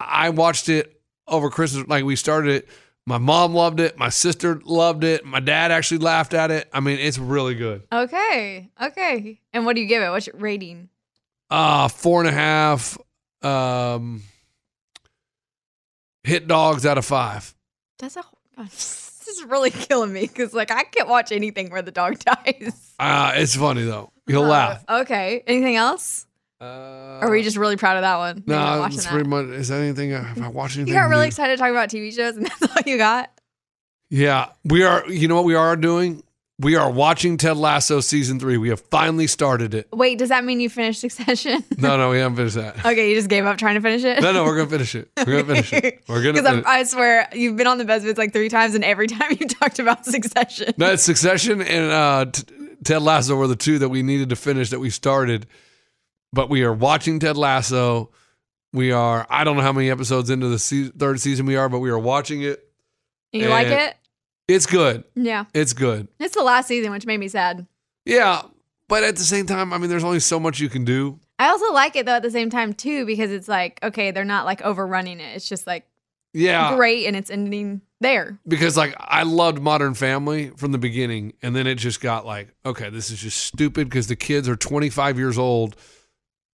I watched it over Christmas. Like we started it. My mom loved it. My sister loved it. My dad actually laughed at it. I mean, it's really good. Okay, okay. And what do you give it? What's your rating? Uh four and a half um hit dogs out of five. That's a. (laughs) This is really killing me because like I can't watch anything where the dog (laughs) dies. Uh it's funny though. You'll laugh. Okay. Anything else? Uh, Or Uh, are we just really proud of that one? Maybe not No, watching it's that. pretty much is that anything if I watch anything? You got really new? excited talking about TV shows, and (laughs) that's all you got. Yeah, we are. You know what we are doing? We are watching Ted Lasso season three. We have finally started it. Wait, does that mean you finished Succession? (laughs) No, no, we haven't finished that. okay, you just gave up trying to finish it. No, no, we're gonna finish it. We're gonna finish (laughs) it. We're gonna. Because I'm- Finish. I swear, you've been on the best bits like three times, and every (laughs) time you talked about Succession. No, it's Succession and uh, T- Ted Lasso were the two that we needed to finish that we started. But we are watching Ted Lasso. We are. I don't know how many episodes into the se- third season we are, but we are watching it. You like And it? It's good. Yeah. It's good. It's the last season, which made me sad. Yeah, but at the same time, I mean, there's only so much you can do. I also like it though at the same time too because it's like okay, they're not like overrunning it. It's just like Yeah. great, and it's ending there. because like I loved Modern Family from the beginning, and then it just got like, okay, this is just stupid because the kids are 25 years old.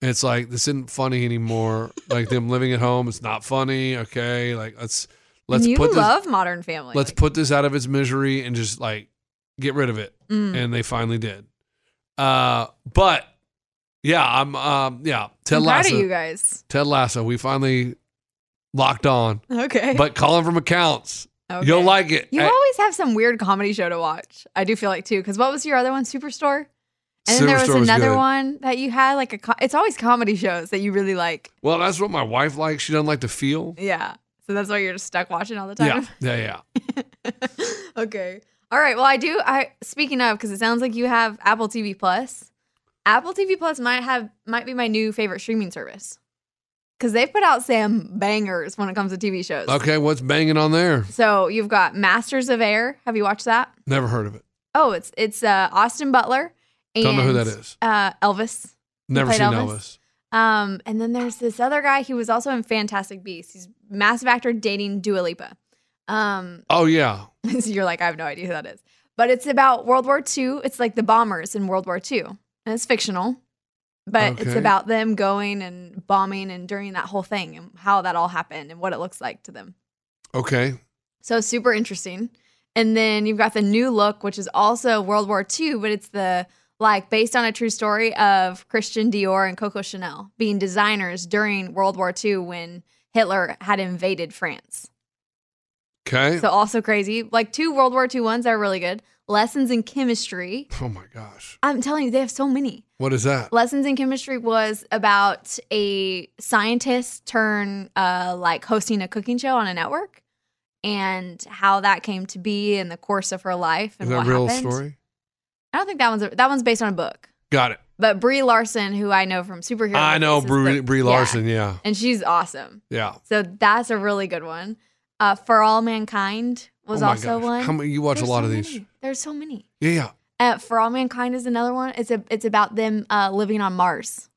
And it's like this isn't funny (laughs) anymore. like them living at home, it's not funny. Okay, like let's let's you put this love Modern Family. let's put this out of its misery and just like get rid of it. Mm. And they finally did. Uh, but yeah, I'm um yeah Ted I'm proud Lasso. of you guys. Ted Lasso, we finally locked (laughs) on. Okay. But calling from accounts, Okay. you'll like it. You Hey, always have some weird comedy show to watch. I do feel like too, because what was your other one? Superstore. And then there was Superstore was another good. one that you had like a. Co- it's always comedy shows that you really like. Well, that's what my wife likes. She doesn't like to feel. Yeah. So that's why you're just stuck watching all the Yeah, time. yeah, (laughs) yeah. (laughs) okay. All right. Well, I do. I speaking of because it sounds like you have Apple TV Plus. Apple TV Plus might have might be my new favorite streaming service because they've put out some bangers when it comes to TV shows. Okay, what's banging on there? So you've got Masters of Air. Have you watched that? Never heard of it. Oh, it's it's uh, Austin Butler. And, Don't know who that is. Uh, Elvis. He Never played seen Elvis. Um, and then there's this other guy. He was also in Fantastic Beasts. He's a massive actor dating Dua Lipa. Um, (laughs) Oh yeah, so you're like, I have no idea who that is. But it's about World War II. It's like the bombers in World War II. And it's fictional. But it's Okay. about them going and bombing and during that whole thing and how that all happened and what it looks like to them. Okay, So super interesting. And then you've got the new look, which is also World War II, but it's the like based on a true story of Christian Dior and Coco Chanel being designers during World War II when Hitler had invaded France. okay. So also crazy. Like two World War II ones that are really good. Lessons in chemistry. oh my gosh, I'm telling you, they have so many. what is that? Lessons in Chemistry was about a scientist turn uh, like hosting a cooking show on a network and how that came to be in the course of her life Is and that a what real happened. story? I don't think that one's a, that one's based on a book. Got it. But Brie Larson, who I know from superhero, I know movies, is Brie, the- Brie yeah. Larson. Yeah, and she's awesome. yeah. So that's a really good one. Uh, For All Mankind was Oh my also gosh. one. How many- you watch a There's lot so of these. many. There's so many. Yeah, yeah. Uh, For All Mankind is another one. It's a, it's about them uh, living on Mars.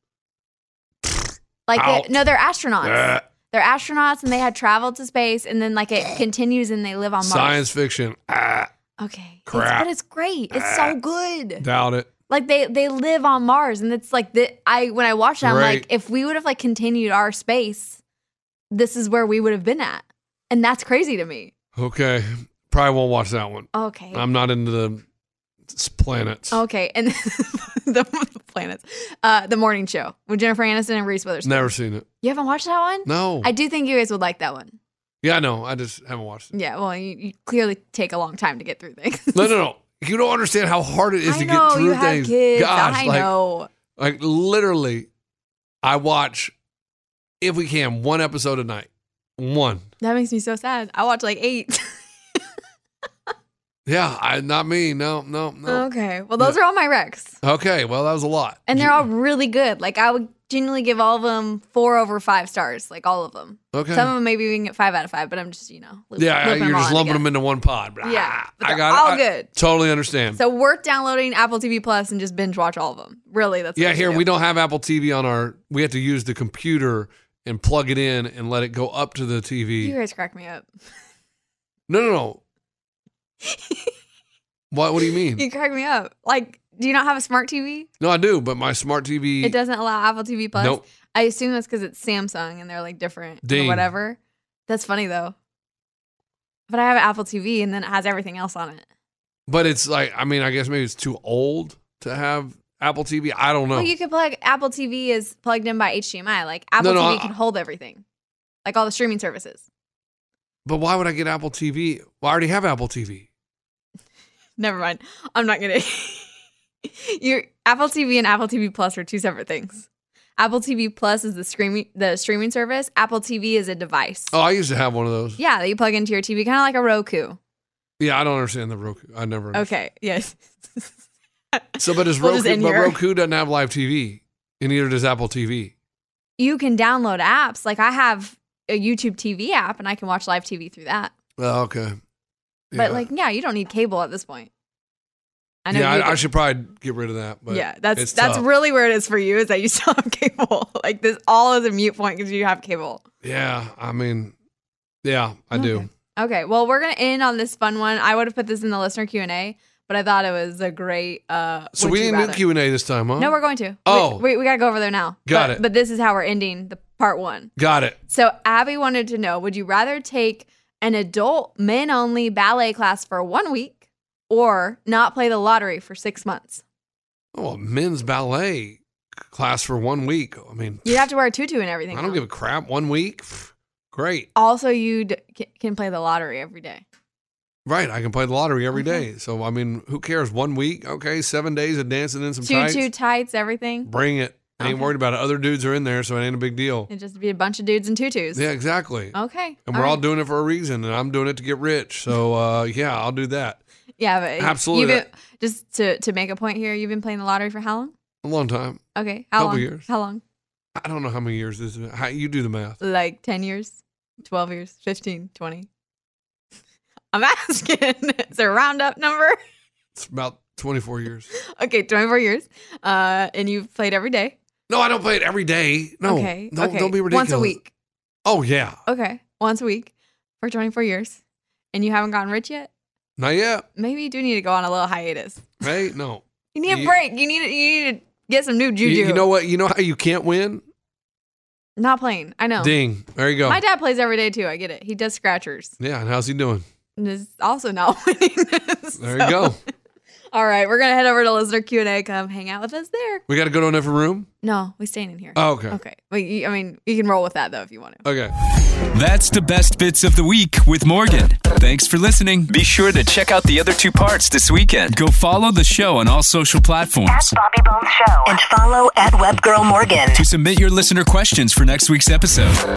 Like Out. they, no, they're astronauts. Blech. They're astronauts, and they had traveled to space, and then (gasps) like it continues, and they live on Mars. Science fiction. Ah, Okay, It's- crap. but it's great. It's so good. Doubt it. Like they they live on Mars, and it's like the I when I watched it, I'm Great. like, if we would have like continued our space, this is where we would have been at, and that's crazy to me. Okay, probably won't watch that one. Okay. I'm not into the It's planets. Okay, and (laughs) the planets, uh, the morning show with Jennifer Aniston and Reese Witherspoon. Never seen it. You haven't watched that one? No. I do think you guys would like that one. Yeah, no, I just haven't watched Yeah, well, you, you clearly take a long time to get through things. it. No, (laughs) no, no. You don't understand how hard it is I to know, get through you have things. kids. Gosh, I like, know. Like literally, I watch if we can one episode a night. One. That makes me so sad. I watch like eight. (laughs) Yeah, I not me. No, no, no. okay, well, those are all my recs, Okay, well that was a lot. and they're all really good. Like I would genuinely give all of them four over five stars, like all of them. Okay. Some of them maybe we can get five out of five, but I'm just you know. loop- yeah, looping you're all just in lumping together. them into one pod. ah, Yeah, but I they're got it. all I good. Totally understand. So worth downloading Apple TV Plus and just binge watch all of them. Really, that's what yeah, you here do. we don't have Apple TV on our. We have to use the computer and plug it in and let it go up to the TV. You guys crack me up. No, no, (laughs) no. what? What do you mean? You crack me up. Like, do you not have a smart TV? No, I do, but my smart TV. It doesn't allow Apple TV Plus. Nope. I assume that's because it's Samsung and they're like different Ding. or whatever. That's funny though. But I have Apple TV and then it has everything else on it. But it's like, I mean, I guess maybe it's too old to have Apple TV. I don't know. Well, you could plug Apple TV is plugged in by HDMI. Like Apple No, no, TV I- can hold everything, like all the streaming services. but why would I get Apple TV? Well, I already have Apple TV. Never mind. I'm not gonna. (laughs) Your Apple TV and Apple TV Plus are two separate things. Apple TV Plus is the streaming the streaming service. Apple TV is a device. Oh, I used to have one of those. Yeah, that you plug into your TV, kind of like a Roku. Yeah, I don't understand the Roku. I never. Understood. Okay. Yes. (laughs) (laughs) So, but is We'll just Roku? end But here. Roku doesn't have live TV, and neither does Apple TV. you can download apps. Like I have a YouTube TV app and I can watch live TV through that. Oh, okay. But like, yeah, you don't need cable at this point. I know yeah, you I, I do. should probably get rid of that. But yeah, that's it's that's tough. really where it is for you (laughs) is that you still have cable. like this all is a mute point because you have cable. Yeah, I mean, yeah, I do. Okay, well we're gonna end on this fun one. I would have put this in the listener Q and A, but I thought it was a great. uh So would we you didn't do rather. Q and A this time, huh? No, we're going to. Oh. we, we, we gotta go over there now. Got But- it. But this is how we're ending the part one. Got it. So Abby wanted to know, would you rather take an adult men only ballet class for one week or not play the lottery for six months? Oh, a men's ballet class for one week. I mean, You'd have to wear a tutu and everything. I don't though. give a crap. One week, Pff, great. also, you d- c- can play the lottery every day. Right, I can play the lottery every day. So I mean, who cares? One week, okay, seven days of dancing in some tights. Tutu, tights, everything. Bring it. I ain't worried about it. Other dudes are in there, so it ain't a big deal. It'd just be a bunch of dudes in tutus. Yeah, exactly. Okay. And we're all doing it for a reason, and I'm doing it to get rich. So uh, yeah, I'll do that. Yeah, but Absolutely You've been, just to, to make a point here, you've been playing the lottery for how long? A long time. Okay. How Couple long? years. How long? I don't know how many years this is. How, you do the math. Like 10 years, 12 years, 15, 20. (laughs) I'm asking. (laughs) It's a roundup number. (laughs) It's about 24 years. Okay, 24 years. Uh, and you've played every day. No, I don't play it every day. No. okay. Don't, okay. don't be ridiculous. Once a week. Oh, yeah. Okay. Once a week for 24 years. And you haven't gotten rich yet? Not yet. Maybe you do need to go on a little hiatus. Hey, (laughs) no. You need a You- break. You need you need to get some new juju. You, you know what? You know how you can't win? Not playing. I know. Ding. There you go. My dad plays every day too. I get it. He does scratchers. yeah. And how's he doing? And is also not (laughs) winning. There you go. All right, we're gonna head over to listener Q and A. Come hang out with us there. We got to go to a different room? No, we staying in here. Oh, okay. Okay. But you, I mean, you can roll with that though if you want to. Okay. That's the best bits of the week with Morgan. Thanks for listening. Be sure to check out the other two parts this weekend. Go follow the show on all social platforms. Bobby Bones Show. And follow at Webgirl Morgan. To submit your listener questions for next week's episode.